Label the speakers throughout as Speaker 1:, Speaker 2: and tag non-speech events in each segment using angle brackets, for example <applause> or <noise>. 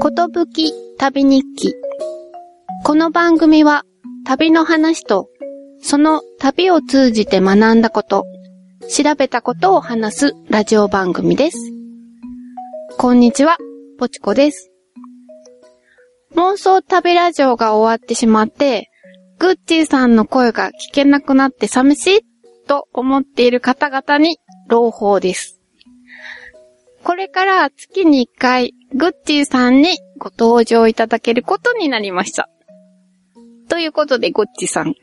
Speaker 1: ことぶき旅日記。この番組は旅の話と、その旅を通じて学んだこと、調べたことを話すラジオ番組です。こんにちは、ぽちこです。妄想旅ラジオが終わってしまって、グッチーさんの声が聞けなくなって寂しいと思っている方々に朗報です。これから月に1回、グッチーさんにご登場いただけることになりました。ということで、ゴッチーさん、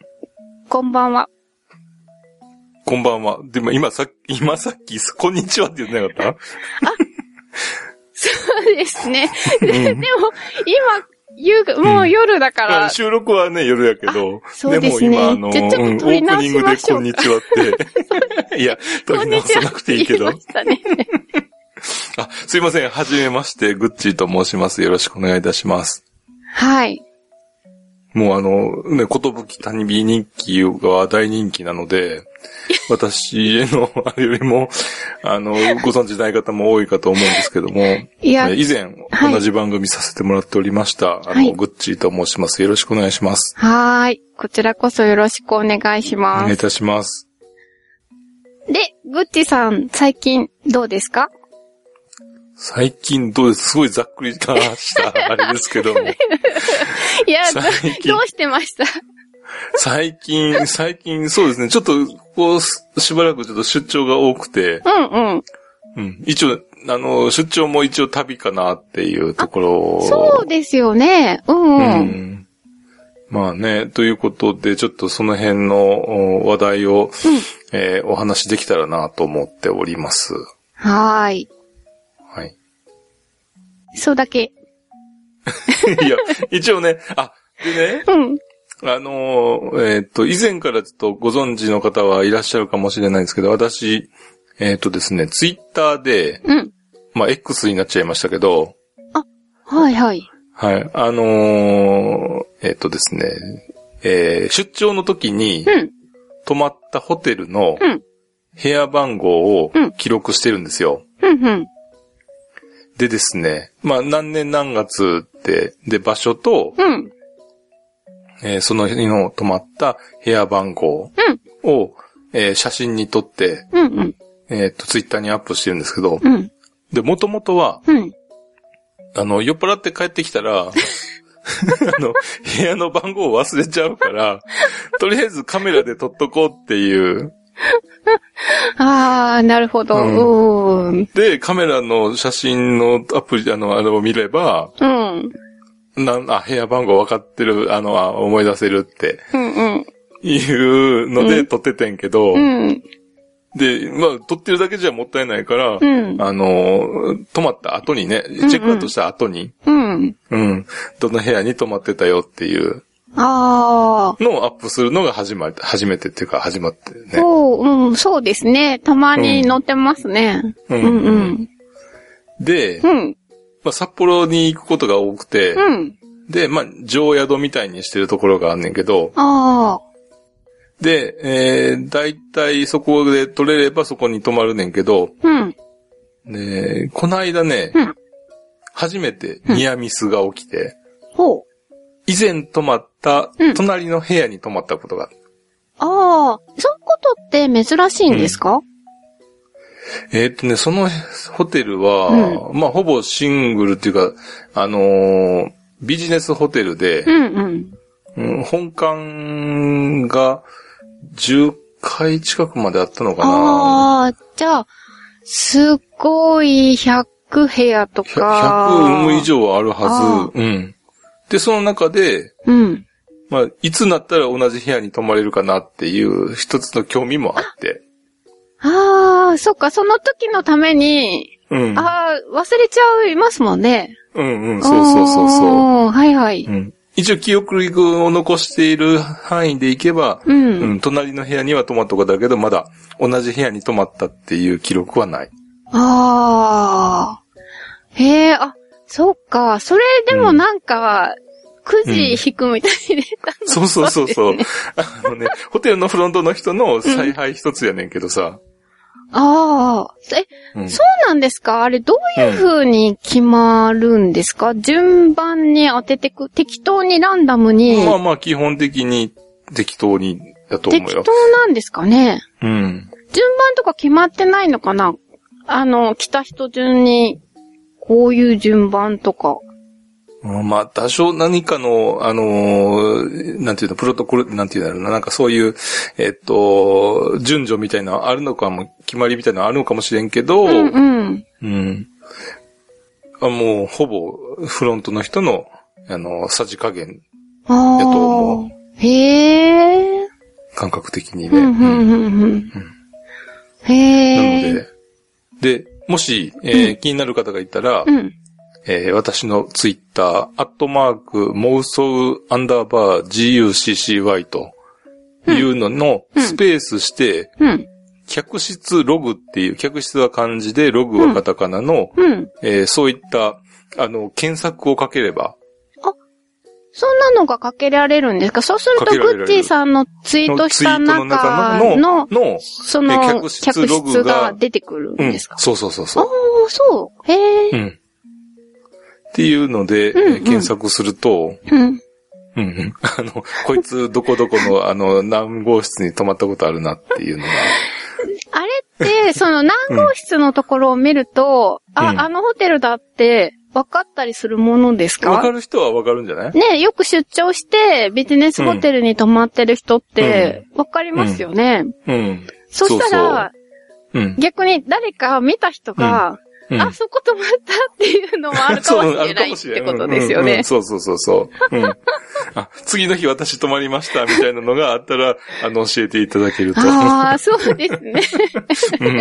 Speaker 1: こんばんは。
Speaker 2: こんばんは。でも今さっき、今さっき、こんにちはって言ってなかっ
Speaker 1: そうですね。
Speaker 2: た、う
Speaker 1: でも、今、夕が、もう夜だか
Speaker 2: ん
Speaker 1: ら、
Speaker 2: 収録はね、夜やけど、
Speaker 1: そうですね
Speaker 2: も今あの、
Speaker 1: じゃあちょっと
Speaker 2: うんオ
Speaker 1: 撮り
Speaker 2: ープ
Speaker 1: 直
Speaker 2: ニン
Speaker 1: し
Speaker 2: グ
Speaker 1: ま
Speaker 2: で
Speaker 1: しょ
Speaker 2: こ
Speaker 1: うん
Speaker 2: にちは
Speaker 1: <laughs>
Speaker 2: って。いや、撮
Speaker 1: こ
Speaker 2: り
Speaker 1: んに
Speaker 2: 直
Speaker 1: ち
Speaker 2: さ
Speaker 1: は
Speaker 2: な
Speaker 1: っ
Speaker 2: くて
Speaker 1: て
Speaker 2: いいけ
Speaker 1: 言い
Speaker 2: ど
Speaker 1: ま。したね。
Speaker 2: あ、すいません。はじめまして、グッチーと申します。よろしくお願いいたします。
Speaker 1: はい。
Speaker 2: もうあの、ね、ことぶき谷火人気が大人気な
Speaker 1: <laughs>
Speaker 2: ので、私への、あれよりも、
Speaker 1: <laughs>
Speaker 2: あの、ご存知ない方も多いかと思うんですけども、
Speaker 1: いや
Speaker 2: えー、以前、
Speaker 1: はい
Speaker 2: 同じ番組させてもらっておりました。あの、
Speaker 1: はい
Speaker 2: グッチーと申します。よろしくお願いします。
Speaker 1: はーい。こちらこそよろしくお願いし
Speaker 2: お
Speaker 1: ま
Speaker 2: 願いい
Speaker 1: す。
Speaker 2: たします。
Speaker 1: で、グッチさん、最近どうですか
Speaker 2: 最近どうですすごいざっくり
Speaker 1: <laughs>
Speaker 2: とした、あれですけども。
Speaker 1: いや、ど
Speaker 2: 最近
Speaker 1: どうしてました
Speaker 2: 最近、最近、そうですね。ちょっと、ここすしばらくちょっと出張が多くて、
Speaker 1: うんうん。
Speaker 2: うん。一応、あの、出張も一応旅かなっていうところを。
Speaker 1: そうですよね。うん
Speaker 2: う
Speaker 1: うん。
Speaker 2: ん。まあね、ということで、ちょっとその辺のお話題を、えーお話できたらなと思っております。
Speaker 1: はーい。
Speaker 2: はい。 <laughs>
Speaker 1: そうだけ。
Speaker 2: いや、一応ね、あ、でね、
Speaker 1: うん。
Speaker 2: あのーえっ、と、以前からちょっとご存知の方はいらっしゃるかもしれないんですけど、私、えっ、とですね、ツイッターで、
Speaker 1: うん。
Speaker 2: まあ、X になっちゃいましたけど、
Speaker 1: はいはい。
Speaker 2: はい、あのーえっ、とですね、えー出張の時に
Speaker 1: うん。
Speaker 2: 泊まったホテルの
Speaker 1: うん
Speaker 2: 部屋番号を
Speaker 1: うん
Speaker 2: 記録してるんですよ。
Speaker 1: うんうん。
Speaker 2: でですね、まあ、何年何月って、で、場所と、
Speaker 1: うん。
Speaker 2: えーその日の泊まった部屋番号を、えー写真に撮って、
Speaker 1: うんうん。
Speaker 2: えっ、と、ツイッターにアップしてるんですけど、
Speaker 1: うん。
Speaker 2: で、もともとは、
Speaker 1: うん。
Speaker 2: あの、酔っ払って帰ってき
Speaker 1: <laughs>
Speaker 2: たら、あの、部屋の番号を忘れちゃうから、とりあえずカメラで撮っとこうっていう。
Speaker 1: あー、なるほど。うーん。
Speaker 2: で、カメラの写真のアプリ、あの、あれを見れば、
Speaker 1: うん。
Speaker 2: なん、あ、部屋番号分かってる、あの、あ思い出せるって
Speaker 1: うんうん。
Speaker 2: いうの
Speaker 1: う
Speaker 2: で撮っててんけど、
Speaker 1: うん。
Speaker 2: で、まあ、撮ってるだけじゃもったいないから、
Speaker 1: うん。
Speaker 2: あの、泊まった後にね、チェックアウトした後に、
Speaker 1: うん。
Speaker 2: うん、どの部屋に泊まってたよっていう
Speaker 1: あ
Speaker 2: のをアップするのが始まり、初めてっていうか始まって
Speaker 1: ー。
Speaker 2: ね。
Speaker 1: そう、うん、そうですね。たまに乗ってますね。
Speaker 2: う
Speaker 1: うんうん。
Speaker 2: で、
Speaker 1: うん。
Speaker 2: まあ、札幌に行くことが多くて、
Speaker 1: うん。
Speaker 2: で、まあ、常宿みたいにしてるところがあんねんけど、
Speaker 1: あ
Speaker 2: で、えー、だいたいそこで取れればそこに泊まるねんけど、
Speaker 1: あ。うん。
Speaker 2: ね、この間ね、
Speaker 1: うん
Speaker 2: 初めてニアミスが起きて、
Speaker 1: ほう。
Speaker 2: 以前泊まった
Speaker 1: うん
Speaker 2: 隣の部屋に泊まったことがある
Speaker 1: ああ、そういうことって珍しいんですか、
Speaker 2: えーっとね、そのホテルは、まあ、ほぼシングルっていうか、あのービジネスホテルで
Speaker 1: う、ん、うん
Speaker 2: うん本館が10階近くまであったのかな。
Speaker 1: ああ、じゃあ、すごい100部屋と
Speaker 2: ひゃ
Speaker 1: か。
Speaker 2: 100以。上はある
Speaker 1: あ
Speaker 2: はず。うん。で、その中で、
Speaker 1: うん。
Speaker 2: まあ、いつになったら同じ部屋に泊まれるかなっていう一つの興味もあって。
Speaker 1: ああ、そっか、その時のために、
Speaker 2: うん。
Speaker 1: ああ、忘れちゃいますもんね。
Speaker 2: うんうん、そうそうそうそう。
Speaker 1: う。はいはい。
Speaker 2: うん、一応記憶を残している範囲でいけば、
Speaker 1: う。
Speaker 2: うんん、隣の部屋には泊まったことあるけど、まだ同じ部屋に泊まったっていう記録はない。
Speaker 1: ああ。へえ、あ、そっか、それでもなんか、くじ引くみたいで。
Speaker 2: <laughs> そうそうそうそう。あのね、ホテルのフロントの人の采配一つやねんけどさ、
Speaker 1: ああ。え、
Speaker 2: うん
Speaker 1: そうなんですかあれ、どういう風に決まるんですか、順番に当ててく、適当にランダムに、
Speaker 2: まあまあ、基本的に適当にだと思う
Speaker 1: 適
Speaker 2: よ。
Speaker 1: 当なんですかね
Speaker 2: うん。
Speaker 1: 順番とか決まってないのかなあの、来た人順に、こういう順番とか。
Speaker 2: まあ、多少何かの、あのーなんていうの、プロトコル、なんていうんだろうな、なんかそういう、えっと、順序みたいなのあるのかも、決まりみたいなのあるのかもしれんけど、
Speaker 1: うんうん。
Speaker 2: うん。あもう、ほぼ、フロントの人の、あの、さじ加減、
Speaker 1: あ
Speaker 2: やと
Speaker 1: あ
Speaker 2: 思。
Speaker 1: へえ。
Speaker 2: 感覚的にね。
Speaker 1: うんう
Speaker 2: うん
Speaker 1: んうんうん。へえ。
Speaker 2: なので、で、もし、えー気になる方がいたら、
Speaker 1: うん。
Speaker 2: えー私のツイッター、アットマーク、妄想アンダーバー GUCCY というのの
Speaker 1: うん
Speaker 2: スペースして、
Speaker 1: うん。
Speaker 2: 客室ログっていう、客室は漢字で、ログはカタカナの、
Speaker 1: うん。
Speaker 2: えーそういった、あの、検索をかければ、
Speaker 1: そんなのがかけられるんですかそうする
Speaker 2: か
Speaker 1: と、
Speaker 2: けられる
Speaker 1: グッチーさんのツイート
Speaker 2: の
Speaker 1: し
Speaker 2: ツイー
Speaker 1: た
Speaker 2: トの中
Speaker 1: 中
Speaker 2: の、
Speaker 1: の、
Speaker 2: の
Speaker 1: そ
Speaker 2: え
Speaker 1: の、
Speaker 2: 客
Speaker 1: 客
Speaker 2: 室ログ
Speaker 1: 室
Speaker 2: が
Speaker 1: が出てくるん
Speaker 2: うん、
Speaker 1: ですか
Speaker 2: そうそうそう
Speaker 1: あ
Speaker 2: そ
Speaker 1: あ
Speaker 2: う。
Speaker 1: ー、そう。へ
Speaker 2: う
Speaker 1: え。
Speaker 2: ん。っていうので、
Speaker 1: うんうん
Speaker 2: えー検索すると、
Speaker 1: うん。
Speaker 2: うんうん、あの、こいつどこどこ
Speaker 1: <laughs>
Speaker 2: の、あの、何号室に泊まったことあるなっていうのが、
Speaker 1: あれって、その、何号室のところを見ると、
Speaker 2: う
Speaker 1: あ、
Speaker 2: ん
Speaker 1: あのホテルだって、分かったりするものです
Speaker 2: わか
Speaker 1: か
Speaker 2: る人はわかるんじゃない
Speaker 1: ねよく出張して、ビジネスホテルに泊まってる人って、わかりますよね。
Speaker 2: うん。
Speaker 1: そした
Speaker 2: そうそ
Speaker 1: ら、
Speaker 2: うん。
Speaker 1: 逆に誰か見た人が、
Speaker 2: うん
Speaker 1: あ、そこ泊まったっていうのもあるかもしれないってことですよ
Speaker 2: うんうんう
Speaker 1: ね
Speaker 2: ん。そうそうそうそう。うん。あ、次の日私泊まりましたみたいなのがあったら、あの、教えていただけると。
Speaker 1: ああ、そうですね。
Speaker 2: うん。う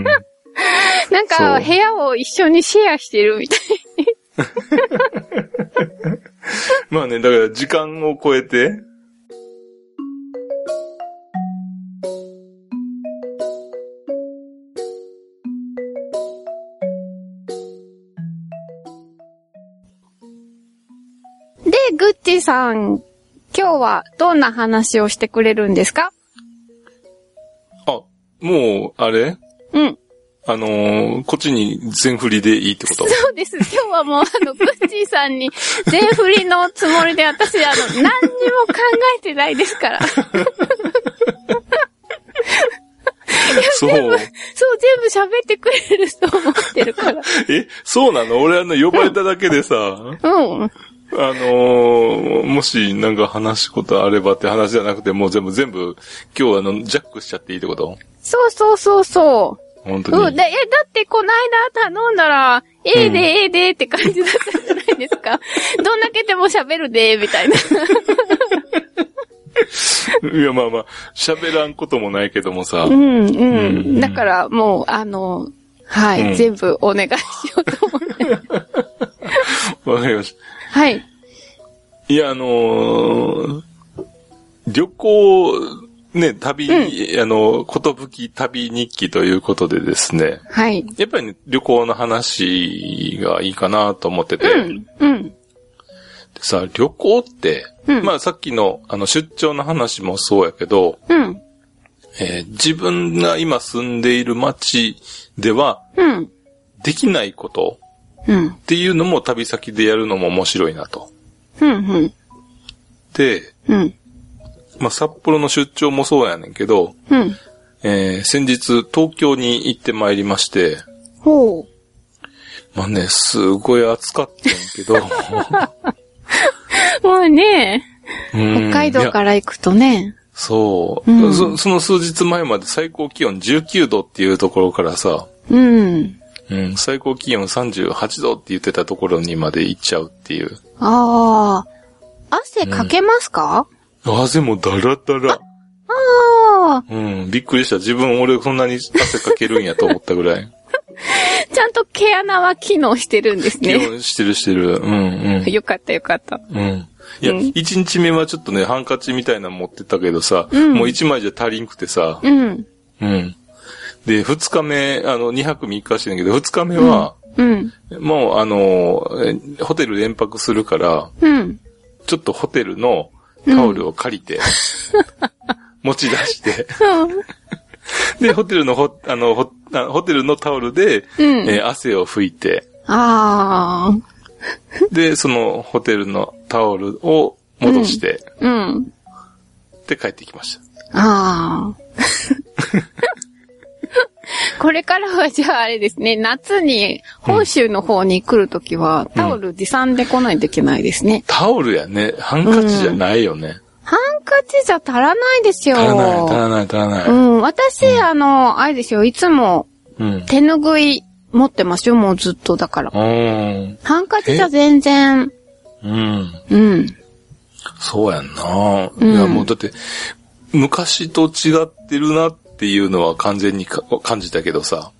Speaker 2: ん。
Speaker 1: なんか、
Speaker 2: そう
Speaker 1: 部屋を一緒にシェアしてるみたい
Speaker 2: まあね、だから時間を超えて、
Speaker 1: な。で、グッチさん、今日はどんな話をしてくれるんですか
Speaker 2: あ、もう、あれ
Speaker 1: うん。
Speaker 2: あのーこっちに全振りでいいって
Speaker 1: <laughs>
Speaker 2: こと
Speaker 1: そうです。今日はもう、あ <laughs> の、グッチさんに全振りのつもりで、私、あの、何にも考えてないですから。 <laughs> そう、
Speaker 2: そう。
Speaker 1: 全部喋ってくれると思ってるから。
Speaker 2: え、そうなの俺あの、呼ばれただけでさ、
Speaker 1: <laughs> うん。
Speaker 2: あのーもしなんか話すことあればって話じゃなくて、もう全部全部、今日あの、ジャックしちゃっていいってこと
Speaker 1: そうそうそうそう。
Speaker 2: 本当に。
Speaker 1: うん、だ、え、だってこないだ頼んだら、ええで、
Speaker 2: うん
Speaker 1: ええでって感じだったじゃないです <laughs> か。どんだけでも喋るで、みたいな。
Speaker 2: <laughs> いや、まあまあ、喋らんこともないけどもさ
Speaker 1: う。ん、うん。
Speaker 2: うん
Speaker 1: だからもう、あの、はい、
Speaker 2: うん
Speaker 1: 全部お願いしようと思って。
Speaker 2: わかりまし
Speaker 1: はい。
Speaker 2: た。いや、あのー旅行、ね、旅、あの、ことぶき旅日記ということでですね。
Speaker 1: はい。
Speaker 2: やっぱりね、旅行の話がいいかなと思ってて。
Speaker 1: うん、うん、
Speaker 2: でさ、旅行って、
Speaker 1: うん
Speaker 2: まあさっきの、あの、出張の話もそうやけど、
Speaker 1: うん、
Speaker 2: えー自分が今住んでいる町では
Speaker 1: うん、
Speaker 2: できないこと
Speaker 1: うん、
Speaker 2: っていうのも旅先でやるのも面白いなと。
Speaker 1: うん、うん、
Speaker 2: で、
Speaker 1: うん、
Speaker 2: まあ札幌の出張もそうやねんけど、
Speaker 1: うん。
Speaker 2: えー先日東京に行ってまいりまして、
Speaker 1: ほう。
Speaker 2: まあね、すごい暑かったんやけど、
Speaker 1: <laughs> もうね、
Speaker 2: 北
Speaker 1: 北海道から行くとね。
Speaker 2: そう、
Speaker 1: うん
Speaker 2: そ。その数日前まで最高気温19度っていうところからさ、
Speaker 1: うん。
Speaker 2: うん、最高気温38度って言ってたところにまで行っちゃうっていう。
Speaker 1: ああ、汗かけますか、
Speaker 2: 汗もダラダラ。
Speaker 1: ああ、
Speaker 2: うん、びっくりした。自分俺そんなに汗かけるんやと思ったぐ
Speaker 1: <laughs>
Speaker 2: らい。
Speaker 1: ちゃんと毛穴は機能してるんです
Speaker 2: 気
Speaker 1: ね。
Speaker 2: 温してるしてる。うんうん。
Speaker 1: よかったよかった。
Speaker 2: うん。いや、
Speaker 1: うん
Speaker 2: 一、日目はちょっとね、ハンカチみたいなの持ってったけどさ、
Speaker 1: うん
Speaker 2: もう一枚じゃ足りんくてさ、
Speaker 1: うん。
Speaker 2: うん。で、二日目、あの、二泊三日してんけど、二日目は、
Speaker 1: うん。
Speaker 2: もうあの、えホテル連泊するから、
Speaker 1: うん。
Speaker 2: ちょっとホテルのタオルを借りて、持ち出して、で、ホテルのホ、あの、ホ、あホテルのタオルで、
Speaker 1: うん
Speaker 2: えー汗を拭いて、
Speaker 1: ああ。
Speaker 2: で、そのホテルのタオルを戻して、
Speaker 1: うん。
Speaker 2: で帰ってきました。
Speaker 1: ああ。 <laughs> これからはじゃああれですね、夏に本州の方に来るときは、タオル持参で来ないといけないですね。
Speaker 2: タオルやね、ハンカチじゃないよね。
Speaker 1: ハンカチじゃ足らないですよ。
Speaker 2: 足らない、足らない、足らな
Speaker 1: う
Speaker 2: い。
Speaker 1: ん、私、あの、あれですよ、いつも
Speaker 2: うん。
Speaker 1: 手ぬぐい持ってますよ、もうずっとだから。
Speaker 2: うん。
Speaker 1: ハンカチじゃ全然、
Speaker 2: うん。
Speaker 1: うん。
Speaker 2: そうやんな、
Speaker 1: うん
Speaker 2: いや、もうだって、昔と違ってるなっていうのは完全にか感じたけどさ。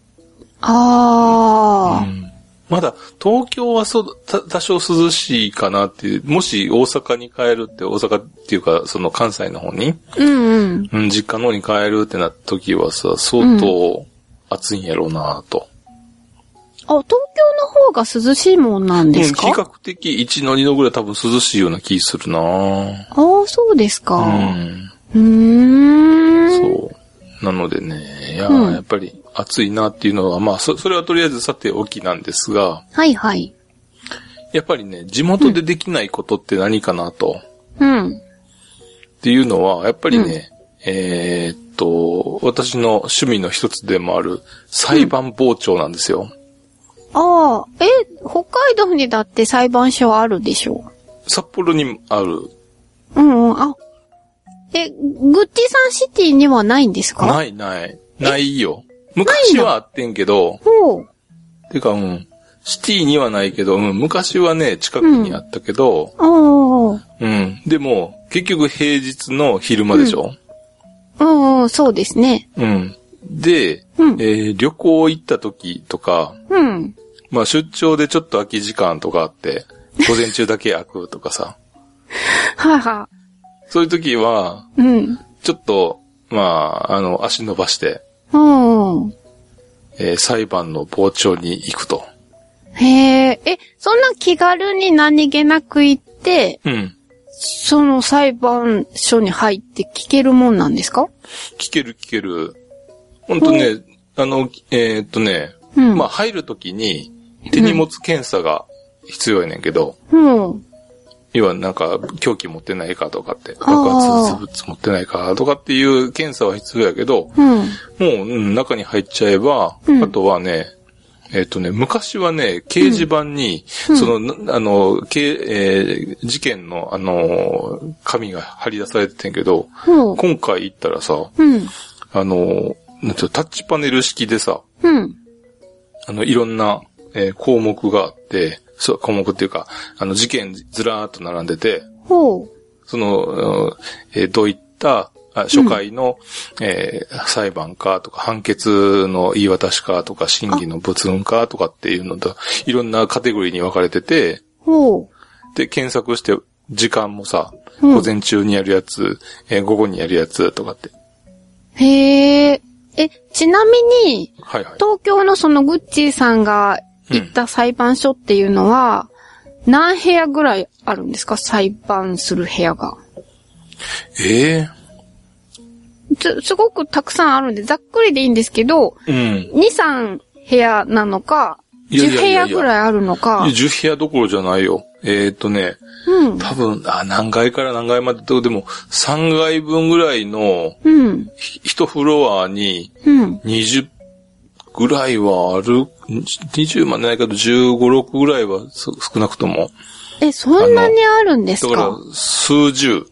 Speaker 1: ああ、
Speaker 2: まだ、東京はそう、た多少涼しいかなっていう、もし大阪に帰るって、大阪っていうか、その関西の方に、
Speaker 1: うん、うん。
Speaker 2: うん、実家の方に帰るってなった時はさ、相当暑いんやろうなと。
Speaker 1: あ、東京の方が涼しいもんなんですか、
Speaker 2: うん比較的1の2のぐらい多分涼しいような気するな
Speaker 1: ああ、そうですか。
Speaker 2: うん。
Speaker 1: うーん。
Speaker 2: そう。なのでね、いや、
Speaker 1: うん
Speaker 2: やっぱり暑いなっていうのは、まあ、そ、それはとりあえずさておきなんですが、
Speaker 1: はいはい。
Speaker 2: やっぱりね、地元でできないことって何かなと、
Speaker 1: うん。
Speaker 2: っていうのは、やっぱりね、えーっと、私の趣味の一つでもある裁判傍聴なんですよ。
Speaker 1: ああ、え、北海道にだって裁判所あるでしょ
Speaker 2: 札幌にある、
Speaker 1: うんうん、あ。え、グッチさんシティにはないんですかい。
Speaker 2: ないない、ないよ。昔はあってんけど、
Speaker 1: ほう。
Speaker 2: てか、うん、シティにはないけど、うん、昔はね、近くにあったけど、
Speaker 1: ああ。
Speaker 2: うん。でも、結局平日の昼間でしょ、
Speaker 1: うんうん、そうですね。
Speaker 2: うん、で、
Speaker 1: うん
Speaker 2: えー旅行行った時とか、
Speaker 1: うん。
Speaker 2: まあ出張でちょっと空き時間とかあって、午前中だけ開くとか <laughs> さ、
Speaker 1: はは。
Speaker 2: そういう時は、
Speaker 1: うん。
Speaker 2: ちょっと、まあ、あの、足伸ばして、
Speaker 1: うん。
Speaker 2: えー裁判の傍聴に行くと。
Speaker 1: へえ、え、そんな気軽に何気なく行って、
Speaker 2: うん。
Speaker 1: その裁判所に入って聞けるもんなんですか
Speaker 2: 聞ける聞ける。ほんとね、あの、えーっとね、
Speaker 1: うん
Speaker 2: まあ入る時に手荷物検査が必要やねんけど、
Speaker 1: うん。
Speaker 2: 要はなんか、凶器持ってないかとかって、
Speaker 1: あー
Speaker 2: 爆発物持ってないかとかっていう検査は必要やけど、
Speaker 1: うん。
Speaker 2: もう、うん、中に入っちゃえば、
Speaker 1: うん
Speaker 2: あとはね、えっ、とね、昔はね、掲示板に、
Speaker 1: うん
Speaker 2: その、なあの、けえー事件の、あのー、紙が貼り出されててんけど、
Speaker 1: ほう。
Speaker 2: 今回行ったらさ、
Speaker 1: うん。
Speaker 2: あのー、なんていうのタッチパネル式でさ、
Speaker 1: うん。
Speaker 2: あの、いろんな、えー項目があって、そう、項目っていうか、あの、事件ずらーっと並んでて、
Speaker 1: ほう。
Speaker 2: その、えーどういった、あ初回の、えー裁判かとか、判決の言い渡しかとか、審議の物論かとかっていうのと、いろんなカテゴリーに分かれてて、
Speaker 1: ほ
Speaker 2: で、検索して、時間もさ、
Speaker 1: うん
Speaker 2: 午前中にやるやつ、えー午後にやるやつとかって。
Speaker 1: う。へえ。え、ちなみに、
Speaker 2: はいはい。
Speaker 1: 東京のそのグッチーさんが行った裁判所っていうのは、何部屋ぐらいあるんですか裁判する部屋が。
Speaker 2: え
Speaker 1: す、すごくたくさんあるんで、ざっくりでいいんですけど、
Speaker 2: えうん。
Speaker 1: 2、3部屋なのか、
Speaker 2: いやいやい
Speaker 1: 10
Speaker 2: や
Speaker 1: 部
Speaker 2: いや
Speaker 1: 屋ぐらいあるのか、
Speaker 2: 10部屋どころじゃないよ。えーっとね、
Speaker 1: うん、
Speaker 2: 多分、あ、何階から何階までと、でも、3階分ぐらいの、
Speaker 1: うん、
Speaker 2: ひ一フロアに、
Speaker 1: うん。
Speaker 2: 20ぐらいはある、20までないけど15、6ぐらいはそ少なくとも。
Speaker 1: え、そんなにあるんです
Speaker 2: だか
Speaker 1: から
Speaker 2: 数十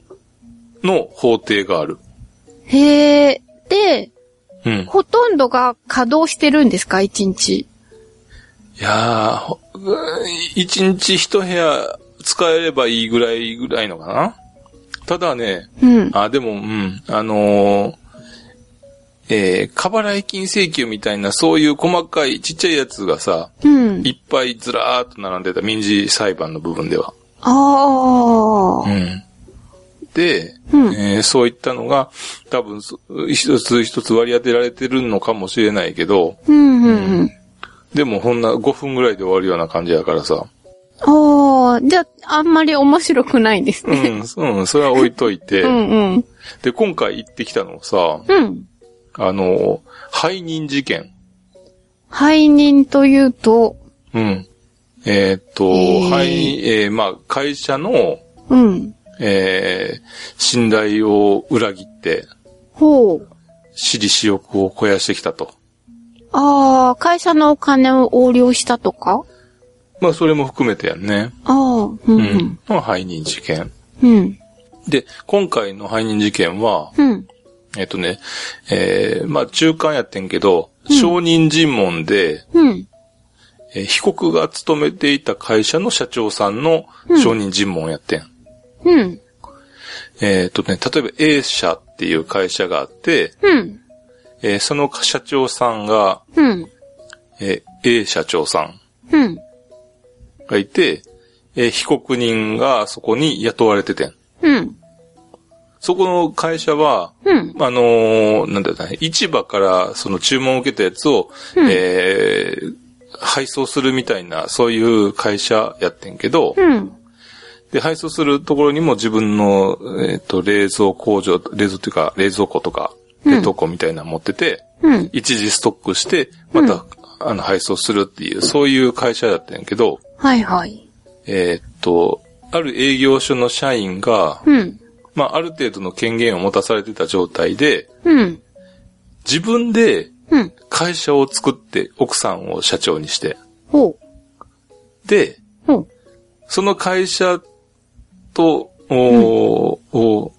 Speaker 2: の法廷がある。
Speaker 1: へえ、で、
Speaker 2: うん。
Speaker 1: ほとんどが稼働してるんですか一日。
Speaker 2: いやーほうーん、一日一部屋使えればいいぐらいぐらいのかな。ただね、
Speaker 1: うん。
Speaker 2: あ、でも、うん、あのーえー、過払い金請求みたいな、そういう細かいちっちゃいやつがさ、
Speaker 1: うん。
Speaker 2: いっぱいずらーっと並んでた民事裁判の部分では。
Speaker 1: ああ。
Speaker 2: うんで、
Speaker 1: うん
Speaker 2: えーそういったのが、多分そ、一つ一つ割り当てられてるのかもしれないけど、
Speaker 1: うん、うん、うん。
Speaker 2: でもほんな5分ぐらいで終わるような感じやからさ。
Speaker 1: ああ、じゃあ、あんまり面白くないです
Speaker 2: う
Speaker 1: ね。
Speaker 2: ん、うん、それは置いといて。
Speaker 1: うん、うん。
Speaker 2: で、今回行ってきたのさ、
Speaker 1: うん。
Speaker 2: あの、背任事件。
Speaker 1: 背任というと、
Speaker 2: うん。えーっと、
Speaker 1: へー
Speaker 2: はい、えーまあ、会社の、
Speaker 1: うん。
Speaker 2: えー信頼を裏切って、
Speaker 1: ほう。
Speaker 2: 私利私欲を肥やしてきたと。
Speaker 1: ああ、会社のお金を横領したとか
Speaker 2: まあ、それも含めてやんね。
Speaker 1: ああ、う
Speaker 2: うんん。の背任事件。
Speaker 1: うん。うん。
Speaker 2: で、今回の背任事件は、
Speaker 1: うん。
Speaker 2: えっとね、えーまあ、中間やってんけど、証人尋問で、
Speaker 1: うん。
Speaker 2: えー被告が勤めていた会社の社長さんの証人尋問やってん。
Speaker 1: うん。
Speaker 2: えーっとね、例えば A 社っていう会社があって、
Speaker 1: うん。
Speaker 2: えーその社長さんが、
Speaker 1: うん。
Speaker 2: えー A 社長さん
Speaker 1: うん。
Speaker 2: がいて、えー被告人がそこに雇われててん。
Speaker 1: うん。
Speaker 2: そこの会社は、
Speaker 1: うん。
Speaker 2: あのーなんだろうね、市場からその注文を受けたやつを、
Speaker 1: うん
Speaker 2: えー配送するみたいな、そういう会社やってんけど、
Speaker 1: うん。
Speaker 2: で、配送するところにも自分の、えっ、と、冷蔵工場、冷蔵っていうか、冷蔵庫とか、
Speaker 1: うん
Speaker 2: 冷凍庫みたいなの持ってて、
Speaker 1: うん。
Speaker 2: 一時ストックして、また、あの、配送するっていう、そういう会社だったんやけど、
Speaker 1: はいはい。
Speaker 2: えーっと、ある営業所の社員が、
Speaker 1: うん。
Speaker 2: まあ、ある程度の権限を持たされてた状態で、
Speaker 1: うん。
Speaker 2: 自分で
Speaker 1: うん。
Speaker 2: 会社を作って、奥さんを社長にして、
Speaker 1: ほう。
Speaker 2: で、
Speaker 1: ほう。
Speaker 2: その会社と、おーを、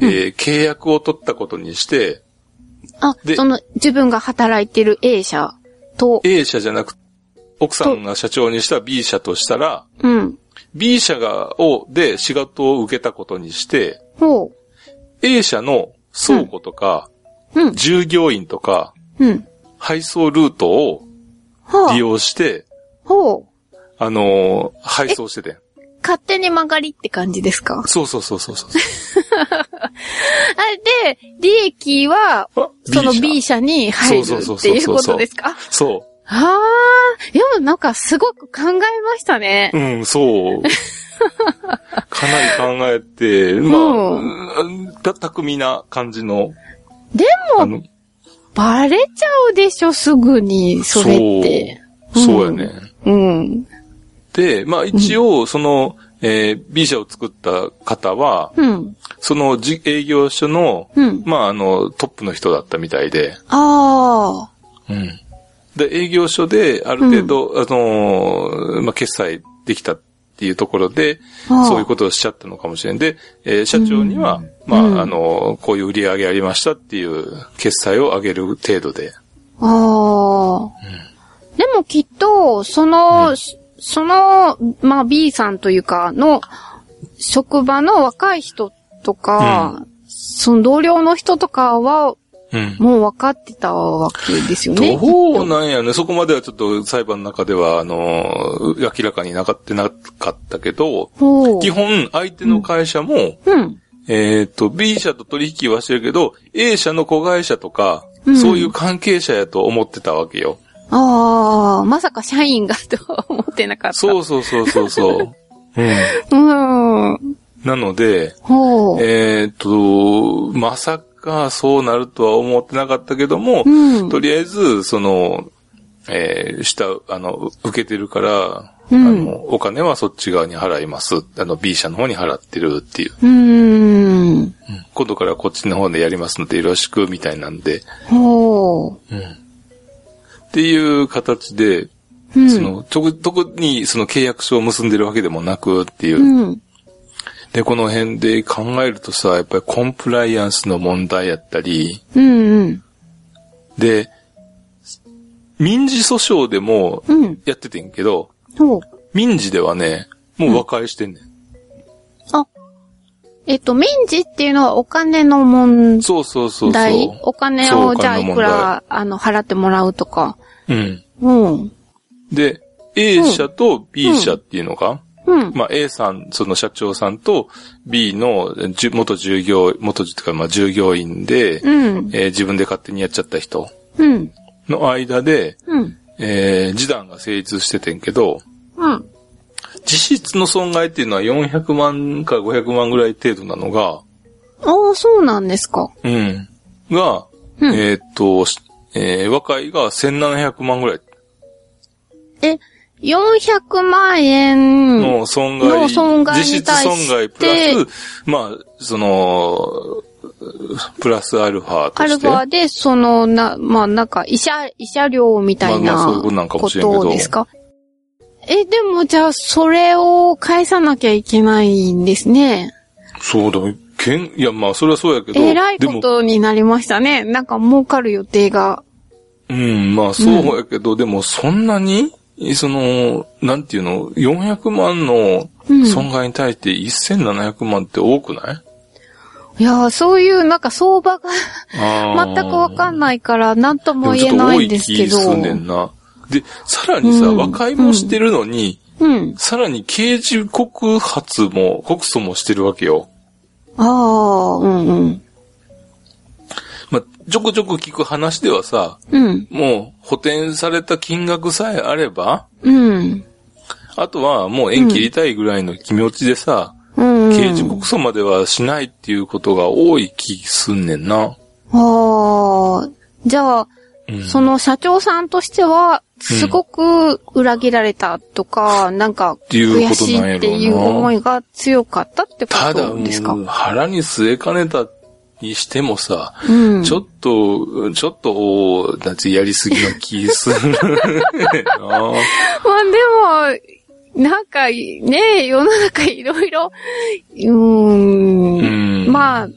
Speaker 2: えー契約を取ったことにして、
Speaker 1: あ、
Speaker 2: で
Speaker 1: その、自分が働いてる A 社と、
Speaker 2: A 社じゃなく、奥さんが社長にした B 社としたら、
Speaker 1: うん。
Speaker 2: B 社が、を、で仕事を受けたことにして、
Speaker 1: ほ
Speaker 2: A 社の倉庫とか、
Speaker 1: う。うん。
Speaker 2: 従業員とか、
Speaker 1: うん。
Speaker 2: 配送ルートを利
Speaker 1: は
Speaker 2: 用して、
Speaker 1: あ。ほう。
Speaker 2: あのー配送してて。
Speaker 1: 勝手に曲がりって感じですか
Speaker 2: そうそうそうそうそう。
Speaker 1: あ、で、利益は、
Speaker 2: あ
Speaker 1: その B
Speaker 2: 社。
Speaker 1: 社に入る
Speaker 2: そうそう
Speaker 1: っ
Speaker 2: そ
Speaker 1: て
Speaker 2: うそ
Speaker 1: いう
Speaker 2: うそう
Speaker 1: ことですか
Speaker 2: そ
Speaker 1: ああ、でもなんかすごく考えましたね
Speaker 2: う。。うん、そう。かなり考えて、まあ、うんた、巧みな感じの。
Speaker 1: で
Speaker 2: も、
Speaker 1: バレちゃうでしょ、すぐに、それって。
Speaker 2: そうそうやね。
Speaker 1: うん。
Speaker 2: で、まあ一応、その、えー B 社を作った方は、
Speaker 1: うん。
Speaker 2: そのじ営業所の、
Speaker 1: うん。
Speaker 2: まああの、トップの人だったみたいで、
Speaker 1: ああ。
Speaker 2: うん。で、営業所で、ある程度、あのーまあ、決済できたっていうところで、
Speaker 1: ああ
Speaker 2: そういうことをしちゃったのかもしれんで、えー社長には、
Speaker 1: うん
Speaker 2: まあ、
Speaker 1: うん
Speaker 2: あのーこういう売り上げありましたっていう決済を上げる程度で。
Speaker 1: ああ。でもきっと、その、
Speaker 2: うん
Speaker 1: その、まあ B さんというか、の、職場の若い人とか、その同僚の人とかは、
Speaker 2: うん。
Speaker 1: もう分かってたわけですよね。
Speaker 2: どうなんやね。そこまではちょっと裁判の中では、あのー明らかになかってなかったけど、
Speaker 1: ほう。
Speaker 2: 基本、相手の会社も、
Speaker 1: うん。
Speaker 2: えっ、と、B 社と取引はしてるけど、A 社の子会社とか、
Speaker 1: うん
Speaker 2: そういう関係者やと思ってたわけよ。
Speaker 1: ああ、まさか社員がとは思ってなかった。
Speaker 2: そうそうそうそ
Speaker 1: <laughs>
Speaker 2: うそう。うん。
Speaker 1: うん。
Speaker 2: なので、
Speaker 1: ほう。
Speaker 2: えっ、と、まさかそうなるとは思ってなかったけども、
Speaker 1: うん
Speaker 2: とりあえず、その、えー下、あの、受けてるから、
Speaker 1: うん
Speaker 2: あの、お金はそっち側に払います。あの、B 社の方に払ってるっていう。
Speaker 1: うーん。
Speaker 2: うん今度からこっちの方でやりますのでよろしく、みたいなんで。
Speaker 1: ほ
Speaker 2: っていう形で、
Speaker 1: う。うん。
Speaker 2: その、特特にその契約書を結んでるわけでもなくっていう。
Speaker 1: うん。
Speaker 2: で、この辺で考えるとさ、やっぱりコンプライアンスの問題やったり、
Speaker 1: うんうん。
Speaker 2: で、民事訴訟でも
Speaker 1: うん。
Speaker 2: やっててんけど、
Speaker 1: ほう。
Speaker 2: 民事ではね、もう和解してんねん。
Speaker 1: あ。えっと、民事っていうのはお金の問題。
Speaker 2: そうそうそうそう。
Speaker 1: お金
Speaker 2: そう
Speaker 1: を
Speaker 2: お
Speaker 1: じゃあ
Speaker 2: 金の
Speaker 1: い
Speaker 2: 問
Speaker 1: く
Speaker 2: 題
Speaker 1: ら、あの、払ってもらうとか。
Speaker 2: うん。
Speaker 1: うん。
Speaker 2: で、A 社と B 社っていうのが、
Speaker 1: うん。
Speaker 2: まあ、A さん、その社長さんと B のじゅ元従業、元というか、まあ、従業員で、
Speaker 1: うん。
Speaker 2: えー自分で勝手にやっちゃった人
Speaker 1: うん。
Speaker 2: の間で、
Speaker 1: うん。
Speaker 2: えー、示談が成立しててんけど、
Speaker 1: うん。
Speaker 2: 実質の損害っていうのは400万か500万ぐらい程度なのが、
Speaker 1: ああ、そうなんですか。
Speaker 2: うん、が、
Speaker 1: うん
Speaker 2: えーっと、しえー和解が1700万ぐらい
Speaker 1: え、400万円。
Speaker 2: の損害、
Speaker 1: の損害
Speaker 2: 実
Speaker 1: に
Speaker 2: 質
Speaker 1: 対して
Speaker 2: 損害プラス、まあ、その、プラスアルファと
Speaker 1: アル
Speaker 2: して。
Speaker 1: ファで、その、な、まあ、なんか、医者、医者料みたいな。
Speaker 2: まあまあそういうことなんかもしれんけど
Speaker 1: ことですかえ、でも、じゃあ、それを返さなきゃいけないんですね。
Speaker 2: そうだ、けん、いや、まあ、それはそうやけど。
Speaker 1: えらいこ
Speaker 2: でも、
Speaker 1: とになりましたね。なんか、儲かる予定が。
Speaker 2: うん、まあ、そうやけど、でも、そんなに、その、なんていうの、400万の
Speaker 1: うん
Speaker 2: 損害に対して1700万って多くない、
Speaker 1: いやー、そういう、なんか、相場が <laughs> 全くわか
Speaker 2: ん
Speaker 1: んないから、なんとも言えないんですけ
Speaker 2: ちょっと
Speaker 1: ど。
Speaker 2: 多い気すんねんな。で、さらにさ、
Speaker 1: うん
Speaker 2: 和解もしてるのに、
Speaker 1: うん。
Speaker 2: さらに刑事告発も、告訴もしてるわけよ。
Speaker 1: ああ、うんうん。
Speaker 2: まあ、ちょくちょく聞く話ではさ、
Speaker 1: うん。
Speaker 2: もう補填された金額さえあれば、
Speaker 1: うん。
Speaker 2: あとはもう縁切りたいぐらいの気持ちでさ、
Speaker 1: うん、うん。
Speaker 2: 刑事告訴まではしないっていうことが多い気すんねんな。
Speaker 1: ああ、じゃあ、
Speaker 2: うん
Speaker 1: その社長さんとしては、すごく裏切られたとか、なんか、
Speaker 2: ていう
Speaker 1: 悔
Speaker 2: こと
Speaker 1: し
Speaker 2: なんやろうない
Speaker 1: っていう思いが強かったってこ
Speaker 2: ただ、
Speaker 1: と
Speaker 2: う
Speaker 1: ですか
Speaker 2: ん腹に据えかねたにしてもさ、
Speaker 1: うん。
Speaker 2: ちょっと、ちょっと、だってやりすぎの気する
Speaker 1: <laughs>
Speaker 2: な。
Speaker 1: まあでも、なんか、ね世の中いろいろ、う
Speaker 2: う
Speaker 1: ーん。
Speaker 2: ん。
Speaker 1: まあ、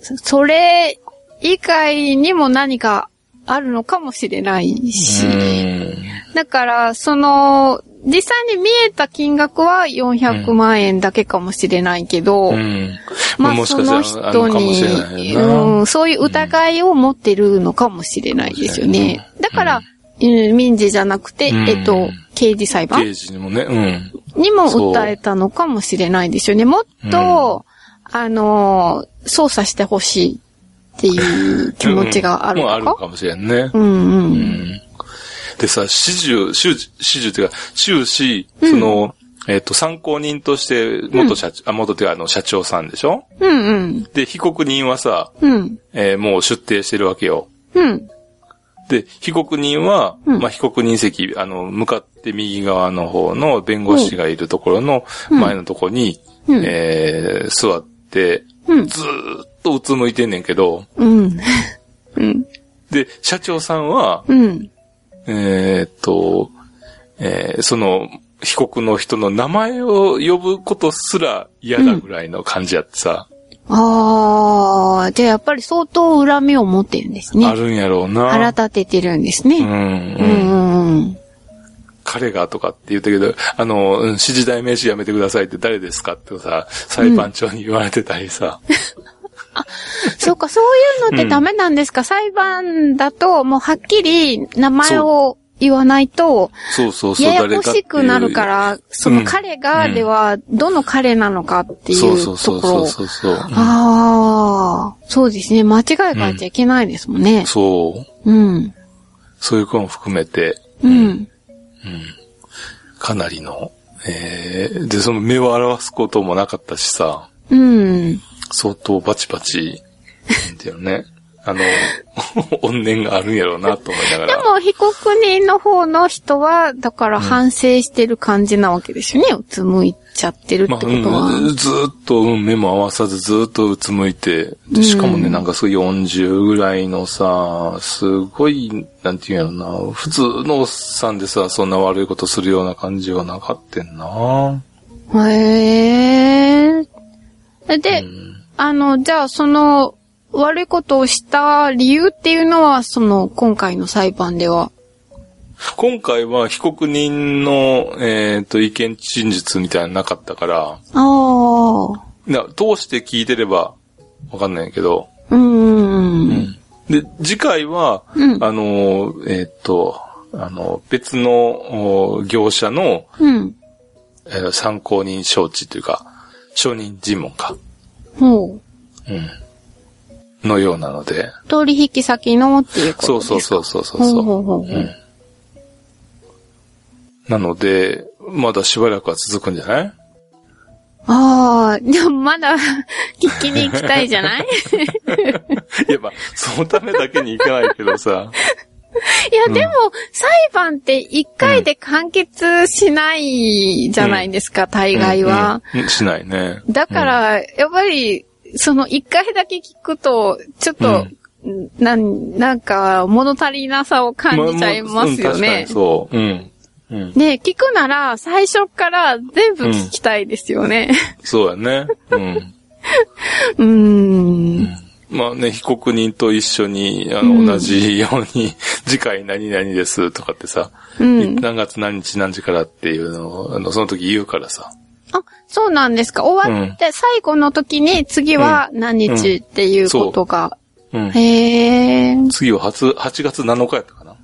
Speaker 1: そそれ以外にも何かあるのかもしれないし。
Speaker 2: うん
Speaker 1: だから、その、実際に見えた金額は400万円だけかもしれないけど、
Speaker 2: うん。
Speaker 1: ま
Speaker 2: も
Speaker 1: あ
Speaker 2: し
Speaker 1: そ
Speaker 2: かした
Speaker 1: の
Speaker 2: らある
Speaker 1: 人
Speaker 2: のかもしれない
Speaker 1: に、
Speaker 2: よな
Speaker 1: うん、そういう疑いを持ってるのかもしれないですよね。
Speaker 2: うん
Speaker 1: だから、うん民事じゃなくて、
Speaker 2: うん
Speaker 1: えっと、刑事裁判
Speaker 2: 刑事にもね、うん。
Speaker 1: にも
Speaker 2: そう
Speaker 1: 訴えたのかもしれないですよね。もっと、あのー、捜査してほしいっていう気持ちがある
Speaker 2: う
Speaker 1: の
Speaker 2: んもうある
Speaker 1: か。
Speaker 2: かもしれんね
Speaker 1: う。んう。
Speaker 2: うんん。でさ、始終、終始、始終っていうか、終始、その、えっと、参考人として、元社長、あ、元っていうか、あの、社長さんでしょ
Speaker 1: うんうん。
Speaker 2: で、被告人はさ、
Speaker 1: うん。
Speaker 2: えーもう出廷してるわけよ。
Speaker 1: うん。
Speaker 2: で、被告人は、
Speaker 1: うん
Speaker 2: まあ、被告人席、あの、向かって右側の方の弁護士がいるところの前のとこに、
Speaker 1: うん
Speaker 2: えー座って、
Speaker 1: うん。
Speaker 2: ずーっとうつむいてんねんけど、
Speaker 1: うん。うん。
Speaker 2: で、社長さんは、
Speaker 1: うん。
Speaker 2: えーっと、えーその、被告の人の名前を呼ぶことすら嫌だぐらいの感じやってさ、
Speaker 1: ああ、じゃあやっぱり相当恨みを持ってるんです
Speaker 2: あ
Speaker 1: ね。
Speaker 2: るんやろうな。
Speaker 1: 腹立ててるんです
Speaker 2: うん、
Speaker 1: ね。
Speaker 2: う。
Speaker 1: うんん。うん。
Speaker 2: 彼がとかって言ったけど、あの、うん指示代名詞やめてくださいって誰ですかってさ、裁判長に言われてたりさ、
Speaker 1: そうか、そういうのってダメなんですか、裁判だと、もうはっきり名前を言わないと、
Speaker 2: そうそうそう、
Speaker 1: やや
Speaker 2: 誰
Speaker 1: こ
Speaker 2: かってい
Speaker 1: し
Speaker 2: う
Speaker 1: くなるか。ら、その彼が
Speaker 2: うん
Speaker 1: では、どの彼なのかってい
Speaker 2: そう
Speaker 1: う
Speaker 2: そうそ
Speaker 1: と
Speaker 2: う
Speaker 1: こ
Speaker 2: そう
Speaker 1: ろ。
Speaker 2: そうそう。うん
Speaker 1: ああ、そうですね。間違え変えちゃいけないですもんね。
Speaker 2: そう。
Speaker 1: うん。
Speaker 2: そういうことも含めて、
Speaker 1: うん。
Speaker 2: かなりの、えー、で、その目を表すこともなかったしさ、
Speaker 1: うん。
Speaker 2: 相当バチバチ、なんていうのね。あの、 <laughs> 怨念があるんやろうなと思いなが
Speaker 1: で
Speaker 2: ら。
Speaker 1: も、被告人の方の人は、だから反省してる感じなわけですよね。うつむいちゃってるって
Speaker 2: ま
Speaker 1: こ
Speaker 2: あ、
Speaker 1: と
Speaker 2: う
Speaker 1: は。
Speaker 2: ん、ずーっと、うん目も合わさずずーっとうつむいて、でしかもね、
Speaker 1: うん
Speaker 2: なんかすごい40ぐらいのさ、すごい、なんていうんやろな、普通のおっさんでさ、そんな悪いことするような感じはなかってんな。
Speaker 1: へえ。で、
Speaker 2: うん
Speaker 1: あの、じゃあその、悪いことをした理由っていうのは、その、今回の裁判では。
Speaker 2: 今回は被告人の、えっ、と、意見陳述みたいなのなかったから、
Speaker 1: ああ。
Speaker 2: な、通して聞いてれば、わかんないけど、
Speaker 1: うーん。
Speaker 2: で、次回は、
Speaker 1: うん
Speaker 2: あの、えーっと、あの、別のお業者の、
Speaker 1: うん。
Speaker 2: えー参考人招致というか、証人尋問か、
Speaker 1: ほう。
Speaker 2: うん、のようなので、
Speaker 1: 取引先のっていうこと
Speaker 2: そ
Speaker 1: で
Speaker 2: う
Speaker 1: すか
Speaker 2: そうそうそうそう
Speaker 1: ほ
Speaker 2: そう
Speaker 1: ほう
Speaker 2: う。
Speaker 1: ほうほう。
Speaker 2: うんなので、まだしばらくは続くんじゃない
Speaker 1: ああ、でもまだ <laughs> 聞きに行きたいじゃ
Speaker 2: <laughs>
Speaker 1: ない
Speaker 2: <laughs> いや、まあ、そのためだけに行かないけ
Speaker 1: <laughs>
Speaker 2: どさ。
Speaker 1: いや、でも、裁判って一回で完結しないじゃないですか、大概は。
Speaker 2: うんうんしないね。
Speaker 1: だから、やっぱり、その一回だけ聞くと、ちょっと、なん、なんか、物足りなさを
Speaker 2: うん、
Speaker 1: 感じちゃいますよ
Speaker 2: うん確か
Speaker 1: ね
Speaker 2: に。そう。うん。うん。
Speaker 1: ね聞くなら、最初から全部聞きたいですよね。
Speaker 2: そうだね。うん。
Speaker 1: うーん。
Speaker 2: <laughs> まあね、被告人と一緒に、あの、
Speaker 1: うん
Speaker 2: 同じように、次回何々ですとかってさ、
Speaker 1: うん
Speaker 2: 何月何日何時からっていうのを、あの、その時言うからさ。
Speaker 1: あ、そうなんですか。終わって、最後の時に、次は何日っていうことが。
Speaker 2: うん。
Speaker 1: へえ。
Speaker 2: 次は初、8月7日やったかな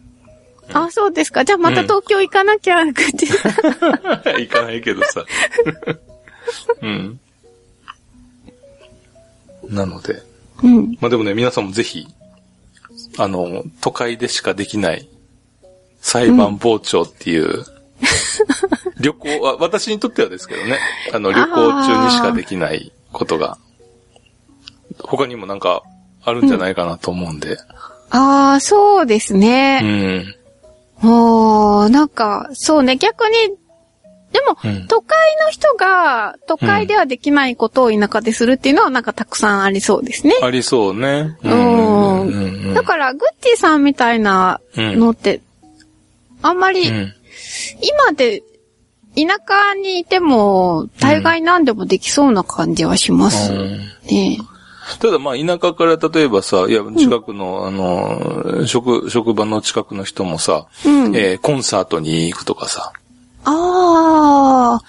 Speaker 2: <laughs>
Speaker 1: あ、そうですか。じゃあまた
Speaker 2: うん
Speaker 1: 東京行かなきゃ、口
Speaker 2: 行かないけどさ。 <laughs> うん。なので。
Speaker 1: うん。
Speaker 2: まあでもね、皆さんもぜひ、あの、都会でしかできない、裁判傍聴っていう、旅行は、私にとってはですけどね、あの、旅行中にしかできないことが、他にもなんか、あるんじゃないかなと思うんで。
Speaker 1: ああ、そうです
Speaker 2: う
Speaker 1: ね。
Speaker 2: ん。
Speaker 1: おー、なんか、そうね、逆に、でも、
Speaker 2: うん
Speaker 1: 都会の人が、都会ではできないことを田舎でするっていうのは、なんかたくさんありそうですね。
Speaker 2: ありそうね。
Speaker 1: お
Speaker 2: うん。
Speaker 1: ー
Speaker 2: うんうん
Speaker 1: だから、グッティさんみたいなのって、あんまり、
Speaker 2: うん
Speaker 1: 今で、田舎にいても、大概何でもできそうな感じはします。
Speaker 2: うん
Speaker 1: ね
Speaker 2: ただまあ田舎から例えばさ、いや、近くの、あの、職、職場の近くの人もさ、
Speaker 1: え。うん。
Speaker 2: えーコンサートに行くとかさ。
Speaker 1: ああ、
Speaker 2: うん。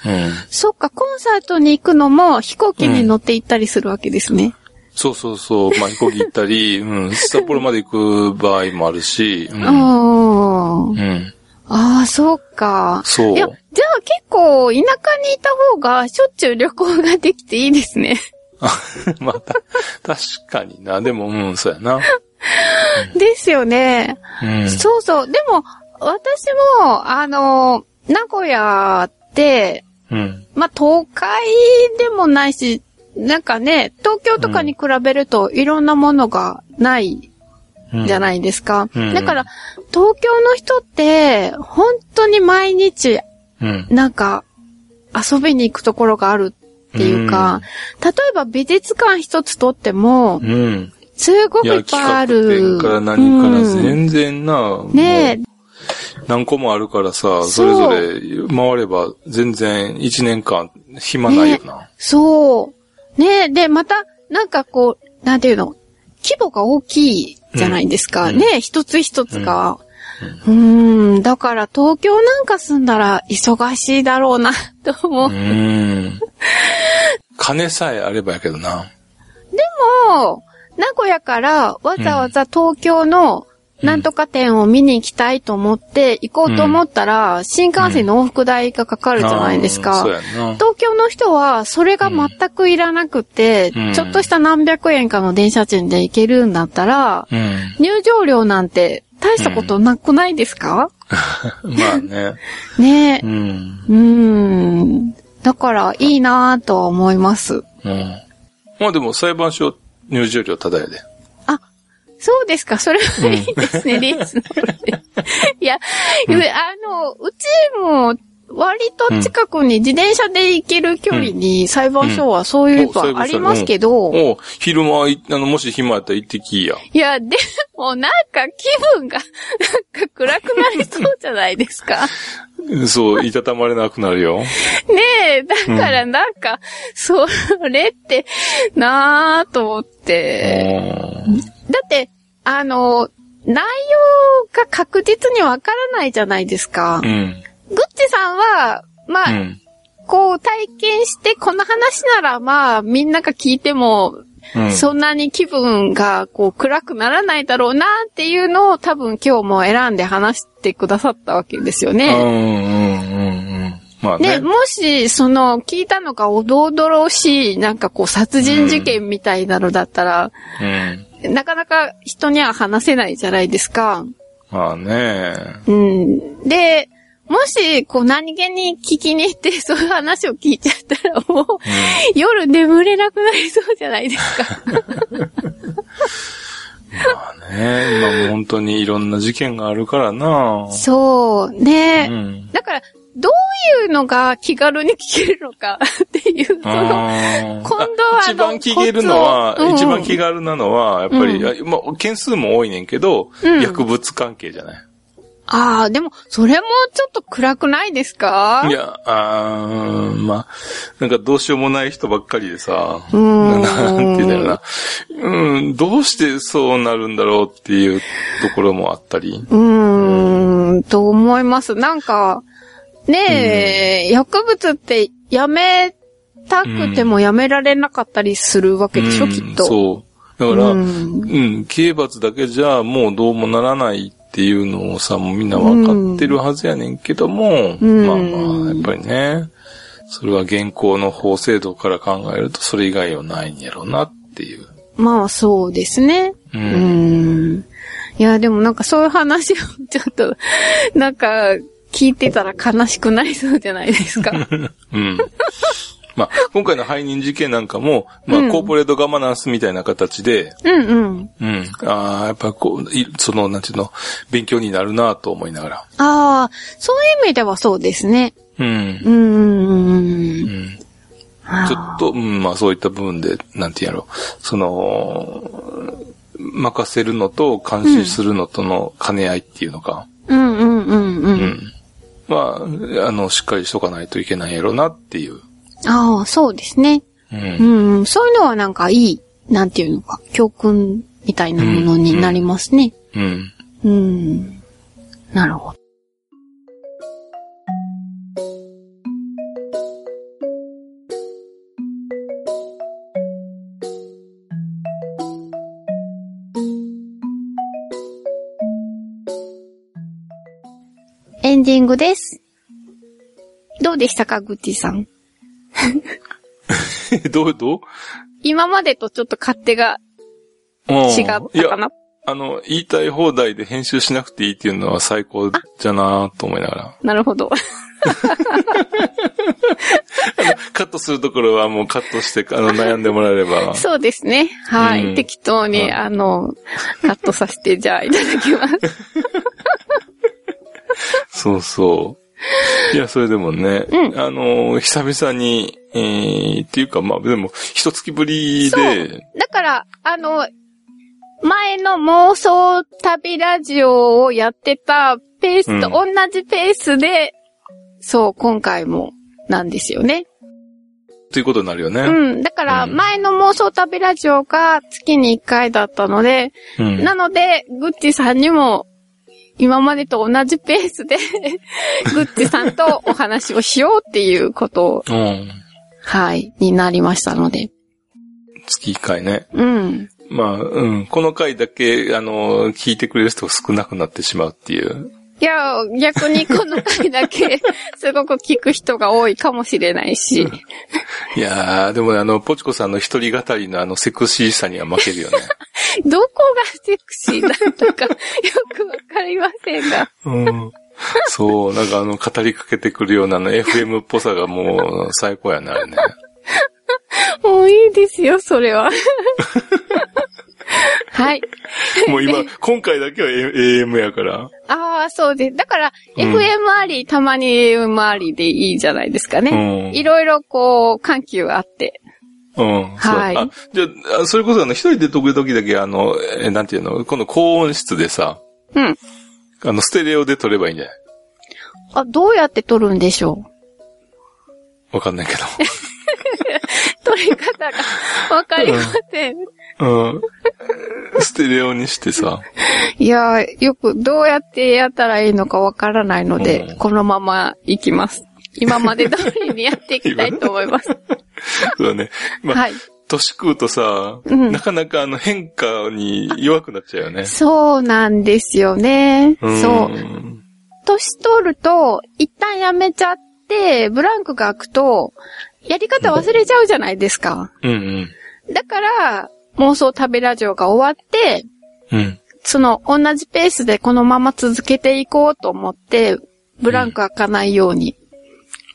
Speaker 1: そっか、コンサートに行くのも飛行機に乗って行ったりするわけですね。
Speaker 2: そうそうそう。まあ、飛行機行っ
Speaker 1: <laughs>
Speaker 2: たり、うん、札幌まで行く場合もあるし、う。
Speaker 1: うんん。
Speaker 2: うん。
Speaker 1: ああ、そっか。
Speaker 2: そう
Speaker 1: いや、じゃあ結構、田舎にいた方が、しょっちゅう旅行ができていいですね。
Speaker 2: <laughs> まあ、た確かにな。でも、うん、そうやな。
Speaker 1: ですよね。
Speaker 2: う
Speaker 1: <laughs>
Speaker 2: ん。
Speaker 1: そうそう。でも、私も、あの、名古屋って、
Speaker 2: うん。
Speaker 1: まあ、東海でもないし、なんかね、東京とかに比べるといろんなものがないじゃ
Speaker 2: い。
Speaker 1: ないですか。
Speaker 2: うん
Speaker 1: だから、東京の人って、本当に毎日、
Speaker 2: うん。
Speaker 1: なんか、遊びに行くところがあるっていうか、例えば美術館一つとっても、
Speaker 2: うん。
Speaker 1: すご
Speaker 2: い
Speaker 1: くい
Speaker 2: や、
Speaker 1: っぱいあ
Speaker 2: 企画
Speaker 1: る。
Speaker 2: 展から何か
Speaker 1: う
Speaker 2: ら
Speaker 1: ん
Speaker 2: 全然な。
Speaker 1: ねえ
Speaker 2: もう、何個もあるからさ、
Speaker 1: う
Speaker 2: それぞれ回れば全然一年間暇ないよな。
Speaker 1: そう。ねえ、で、また、なんかこう、なんていうの、規模が大きいじゃないですか。
Speaker 2: うん
Speaker 1: ねえ、一つ一つが。うん、ん、だから東京なんか住んだら忙しいだろうな、 <laughs> と思う。
Speaker 2: う
Speaker 1: で
Speaker 2: ん。 <laughs> 金さえあればやけどな。
Speaker 1: も、名古屋からわざわざ東京のなんとか店を見に行きたいと思って、行こうと思ったら、新幹線の往復代がかかるじゃないですか。
Speaker 2: あーそうやな。
Speaker 1: 東京の人は、それが全くいらなくて、
Speaker 2: うん
Speaker 1: ちょっとした何百円かの電車賃で行けるんだったら、
Speaker 2: うん。
Speaker 1: 入場料なんて大したことなくないですか、
Speaker 2: <laughs> まあね。
Speaker 1: ねえ
Speaker 2: う。ん。
Speaker 1: うーん。だから、いいなぁとは思います。
Speaker 2: うん。まあでも裁判所入場料ただやで。
Speaker 1: あ、そうですか。それはいいですね、リーズナブルで。いや、あの、うちも、割と近くに自転車で行ける距離に裁判所はそういう
Speaker 2: お
Speaker 1: の
Speaker 2: 裁判所
Speaker 1: ありますけど、
Speaker 2: おう昼間い、あの、もし暇やったら行ってきいや。
Speaker 1: いや、でもなんか気分が、なんか暗くなりそうじゃないです
Speaker 2: <laughs>
Speaker 1: か。
Speaker 2: そう、いたたまれなくなるよ。
Speaker 1: ねえ、だからなんか、それって、なぁと思って。だって、あの、内容が確実にわからないじゃないですか
Speaker 2: う。ん。
Speaker 1: グッチさんは、ま
Speaker 2: う
Speaker 1: あ、
Speaker 2: ん。
Speaker 1: こう体験して、この話ならまあ、みんなが聞いても、
Speaker 2: うん。
Speaker 1: そんなに気分がこう暗くならないだろうなっていうのを多分今日も選んで話してくださったわけですよ
Speaker 2: うん。う
Speaker 1: ね。
Speaker 2: ん。うん。うん。まあ
Speaker 1: で、
Speaker 2: ね。
Speaker 1: もし、その、聞いたのがおどどろしい、なんかこう、殺人事件みたいなのだったら、
Speaker 2: うん。
Speaker 1: なかなか人には話せないじゃないですか。
Speaker 2: まあね。
Speaker 1: うん。で、もし、こう何気に聞きに行って、そういう話を聞いちゃったら、もう、夜眠れなくなりそうじゃないです
Speaker 2: <laughs>
Speaker 1: か。
Speaker 2: まあね、今もう本当にいろんな事件があるからな。
Speaker 1: そう、ね、
Speaker 2: うん。
Speaker 1: だから、どういうのが気軽に聞けるのか <laughs> っていう、その、
Speaker 2: あー
Speaker 1: 今度はあの
Speaker 2: 一番聞けるのは、
Speaker 1: コツをうん
Speaker 2: 一番気軽なのは、やっぱり、あまあ、件数も多いねんけど、
Speaker 1: うん
Speaker 2: 薬物関係じゃない。
Speaker 1: ああ、でも、それもちょっと暗くないですか
Speaker 2: いや、あーまあ、なんかどうしようもない人ばっかりでさ、
Speaker 1: うーん
Speaker 2: <laughs> なんていうんだろうな。うん、どうしてそうなるんだろうっていうところもあったり。
Speaker 1: うーん、と思います。なんか、ねえ、薬物ってやめたくてもやめられなかったりするわけでしょ、
Speaker 2: うん
Speaker 1: きっと。
Speaker 2: そう。だから、
Speaker 1: う
Speaker 2: うんん、刑罰だけじゃもうどうもならないっていうのをさ、もうみんなわかってるはずやねんけども、
Speaker 1: うん
Speaker 2: まあまあ、やっぱりね、それは現行の法制度から考えると、それ以外はないんやろうなっていう。
Speaker 1: まあ、そうですね。
Speaker 2: う。
Speaker 1: うんーん。いや、でもなんかそういう話をちょっと、 <laughs> なんか、聞いてたら悲しくなりそうじゃないです
Speaker 2: <laughs>
Speaker 1: か。
Speaker 2: うん。まあ、今回の背任事件なんかも、ま
Speaker 1: うん
Speaker 2: あ、コーポレートガバナンスみたいな形で、
Speaker 1: うんうん。
Speaker 2: うん。ああ、やっぱこう、いその、なんていうの、勉強になるなと思いながら。
Speaker 1: ああ、そういう意味ではそうですね。
Speaker 2: うん
Speaker 1: う。ーん。
Speaker 2: うん
Speaker 1: あー
Speaker 2: ちょっと、うん、まあそういった部分で、なんて言うんやろう、その、任せるのと監視するのとの兼ね合いっていうのか、
Speaker 1: うんうんうんう
Speaker 2: うん。
Speaker 1: ん。
Speaker 2: まあ、あの、しっかりしとかないといけないやろうなっていう。
Speaker 1: ああ、そうですね。
Speaker 2: う。
Speaker 1: うんん、そういうのはなんかいい、なんていうのか、教訓みたいなものになりますね。
Speaker 2: うん。
Speaker 1: う
Speaker 2: <laughs>
Speaker 1: ん。なるほど。エンディングです。どうでしたか、ぐっちさん。
Speaker 2: どうどう
Speaker 1: 今までとちょっと勝手が違った
Speaker 2: いや
Speaker 1: か、な
Speaker 2: あの、言いたい放題で編集しなくていいっていうのは最高じゃなと思いながら。
Speaker 1: なるほど。
Speaker 2: カットするところはもうカットして、あの、悩んでもらえれば。
Speaker 1: そうですね。はい。
Speaker 2: うん
Speaker 1: 適当に、
Speaker 2: はい
Speaker 1: あの、カットさせて、じゃあ、いただき
Speaker 2: <laughs>
Speaker 1: ます。
Speaker 2: そうそう。いや、それでもね、
Speaker 1: うん
Speaker 2: あのー、久々に、えー、っていうか、まあ、でも、一月ぶり
Speaker 1: そう
Speaker 2: で、。
Speaker 1: だから、あの、前の妄想旅ラジオをやってたペースと同じペースで、そう、今回も、なんですよね。
Speaker 2: ということになるよね。
Speaker 1: うん。だから、
Speaker 2: うん
Speaker 1: 前の妄想旅ラジオが月に1回だったので、
Speaker 2: うん。
Speaker 1: なので、グッチさんにも、今までと同じペース
Speaker 2: <laughs>
Speaker 1: で、グッチさんとお話をしようっていうことを、
Speaker 2: うん。
Speaker 1: はい、になりましたので。
Speaker 2: 月一回ね。
Speaker 1: うん。
Speaker 2: まあ、うん。この回だけ、あのー、聞いてくれる人が少なくなってしまうっていう。
Speaker 1: いや、逆にこの回だけ、すごく聞く人が多いかもしれないし。
Speaker 2: いやー、でもねあの、ポチコさんの一人語りのあの、セクシーさには負ける
Speaker 1: <laughs>
Speaker 2: よね。
Speaker 1: どこがセクシーだったか、よ <laughs> くわかりませんが。
Speaker 2: うん。そう、なんかあの、語りかけてくるようなあの、FM っぽさがもう、最高やな、あれね。
Speaker 1: <laughs> もういいですよ、それは。 <laughs> はい。
Speaker 2: も
Speaker 1: <laughs>
Speaker 2: う今、今回だけは AM やから。
Speaker 1: ああ、そうです。だから、
Speaker 2: うん
Speaker 1: FM あり、たまに AM ありでいいじゃないですか
Speaker 2: う
Speaker 1: ね。
Speaker 2: ん。
Speaker 1: いろいろこう、緩急あって。
Speaker 2: うん。
Speaker 1: はい
Speaker 2: そうあ、じゃあ、それこそあの、一人で飛ぶ時だけあの、えなんていうの、今度高音質でさ、
Speaker 1: うん。
Speaker 2: あの、ステレオで撮ればいいんじゃない
Speaker 1: あ、どうやって撮るんでしょ
Speaker 2: わかんないけ
Speaker 1: う <laughs> 撮り方がわかりません。 <laughs>
Speaker 2: ど。うん。ステレオにしてさ。
Speaker 1: いやー、よくどうやってやったらいいのかわからないので、
Speaker 2: うん
Speaker 1: このまま行きます。今まで通りにやっていきたいと思い
Speaker 2: <laughs>
Speaker 1: ます。
Speaker 2: そうだね。まあ、
Speaker 1: はい。
Speaker 2: 年食うとさ、
Speaker 1: うん
Speaker 2: なかなかあの変化に弱くなっちゃうよね。
Speaker 1: そうなんですよね。
Speaker 2: ん
Speaker 1: そう。。年取ると、一旦やめちゃって、ブランクが空くと、やり方忘れちゃうじゃないですか。
Speaker 2: うんうん。
Speaker 1: だから、妄想旅ラジオが終わって、
Speaker 2: うん。
Speaker 1: その同じペースでこのまま続けていこうと思って、ブランク開かないように。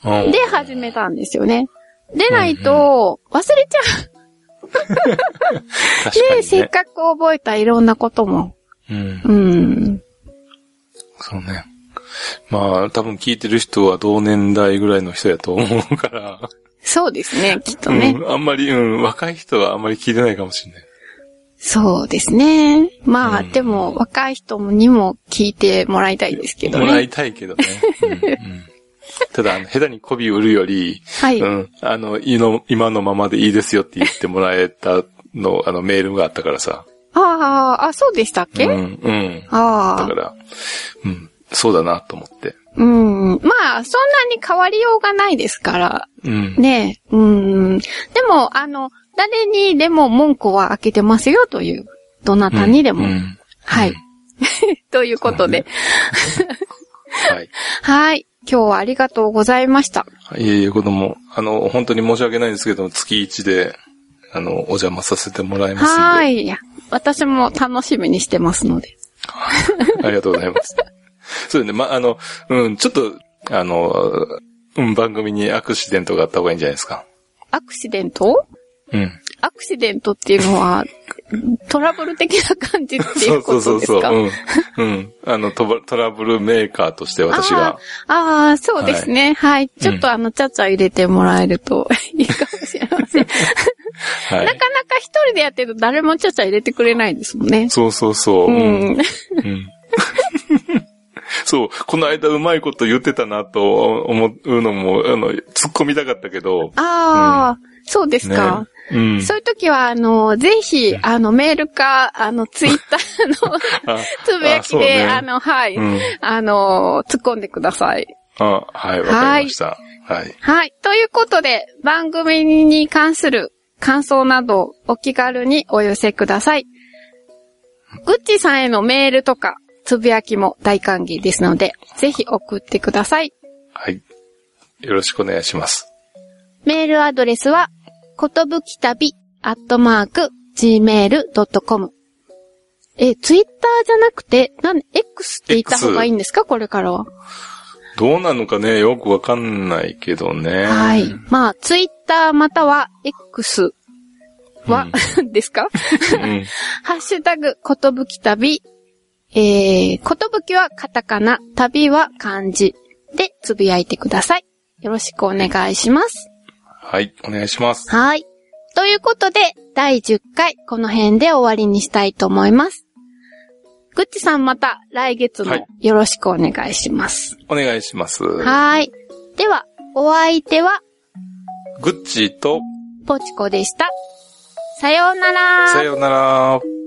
Speaker 2: うん
Speaker 1: で、始めたんですよね。でないと、忘れちゃう。
Speaker 2: 確かに
Speaker 1: で、
Speaker 2: ね、
Speaker 1: せっかく覚えたいろんなことも。
Speaker 2: うん。
Speaker 1: うん。
Speaker 2: そうね。まあ、多分聞いてる人は同年代ぐらいの人やと思うから、
Speaker 1: そうですね、きっとね。
Speaker 2: うん、あんまり、うん、若い人はあんまり聞いてないかもしれない。
Speaker 1: そうですね。まあ、
Speaker 2: うん
Speaker 1: でも、若い人にも聞いてもらいたいですけど
Speaker 2: もら
Speaker 1: ね。
Speaker 2: いたい
Speaker 1: <laughs>
Speaker 2: けどね。うんうんただ、あの下手に媚び売るより、
Speaker 1: はい。
Speaker 2: うん、あの、いの今のままでいいですよって言ってもらえたの、あの、メールがあったからさ。
Speaker 1: ああ、あ、そうでしたっけ、
Speaker 2: うん、うん。だ
Speaker 1: ああ
Speaker 2: か。ら、うん、そうだなと思って。
Speaker 1: うん。まあ、そんなに変わりようがないですから、
Speaker 2: うん。
Speaker 1: ね。うん。でも、あの、誰にでも文句は開けてますよという、どなたにでも。
Speaker 2: うんうん
Speaker 1: は
Speaker 2: う
Speaker 1: い
Speaker 2: ん。
Speaker 1: ということで。
Speaker 2: はい。
Speaker 1: はい。今日はありがとうございました。
Speaker 2: いえいえ、子供、あの、本当に申し訳ないんですけど、月一で、あの、お邪魔させてもらいますんで。
Speaker 1: はーい。いや私も楽しみにしてますので。
Speaker 2: <laughs> ありがとうございます。そうね、ま、あの、うん、ちょっと、あの、うん、番組にアクシデントがあった方がいいんじゃないですか。
Speaker 1: アクシデント
Speaker 2: うん。
Speaker 1: アクシデントっていうのは、トラブル的な感じってい
Speaker 2: そううそ
Speaker 1: こ
Speaker 2: うそ
Speaker 1: と
Speaker 2: う
Speaker 1: です
Speaker 2: そ
Speaker 1: か
Speaker 2: う。うん。うん。あの、トラトラブルメーカーとして私が。
Speaker 1: ああ、そうですね。はい。ちょっとあの、ちゃちゃ入れてもらえる
Speaker 2: <laughs>
Speaker 1: といいかもしれません。な
Speaker 2: は
Speaker 1: か
Speaker 2: い。
Speaker 1: なか一人でやってると誰もちゃちゃ入れてくれないですもんね。
Speaker 2: そうそうそう。
Speaker 1: う
Speaker 2: うん。
Speaker 1: ん。
Speaker 2: うん。 <laughs> そう、この間うまいこと言ってたなと思うのも、あの、突っ込みたかったけど。
Speaker 1: ああ、そうですか。
Speaker 2: うん。
Speaker 1: そういう時は、あの、ぜひ、あの、メールか、あの、ツイッター
Speaker 2: <laughs>
Speaker 1: の
Speaker 2: あ
Speaker 1: つぶやき
Speaker 2: あそう
Speaker 1: で、
Speaker 2: ね
Speaker 1: あの、はい、
Speaker 2: うん
Speaker 1: あの、突っ込んでください。
Speaker 2: あ、はい、わかりました。はい。
Speaker 1: はい。ということで、番組に関する感想などお気軽にお寄せください。グッチさんへのメールとか、つぶやきも大歓迎ですので、ぜひ送ってください。
Speaker 2: はい。よろしくお願いします。
Speaker 1: メールアドレスは、ことぶきたび、アットマーク、gmail.com。え、ツイッターじゃなくて、なん、X って言った方がいいんですかこれからは。
Speaker 2: どうなのかね、よくわかんないけどね。
Speaker 1: はい。まあ、ツイッターまたは、X は、 <laughs> ですか
Speaker 2: うん。
Speaker 1: ハッシュタグ、ことぶき旅。えー、ことぶきはカタカナ、旅は漢字でつぶやいてください。よろしくお願いします。
Speaker 2: はい、お願いします。
Speaker 1: はい。ということで、第10回、この辺で終わりにしたいと思います。ぐっちさんまた来月
Speaker 2: はい
Speaker 1: もよろしくお願いします。
Speaker 2: お願いします。
Speaker 1: はーい。では、お相手は、
Speaker 2: グッチーと、
Speaker 1: ポチコでした。さようなら。
Speaker 2: さようなら。